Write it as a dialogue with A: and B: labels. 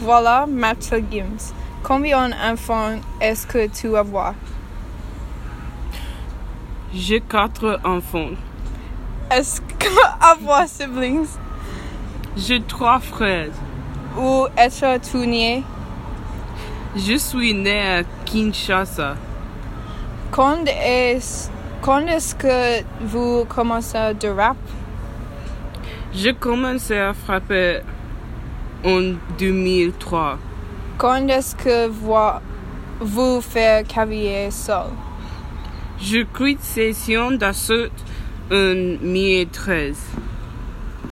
A: Voilà, Mathilde Gims. Combien d'enfants est-ce que tu as
B: J'ai quatre enfants.
A: Est-ce que avoir siblings
B: J'ai trois frères.
A: ou être-tu né?
B: Je suis né à Kinshasa.
A: Quand est-ce quand est-ce que vous commencez de rap?
B: Je commençais à frapper en 2003.
A: Quand est-ce que voi- vous faire carrière seul?
B: Je quitte session d'assaut en 2013.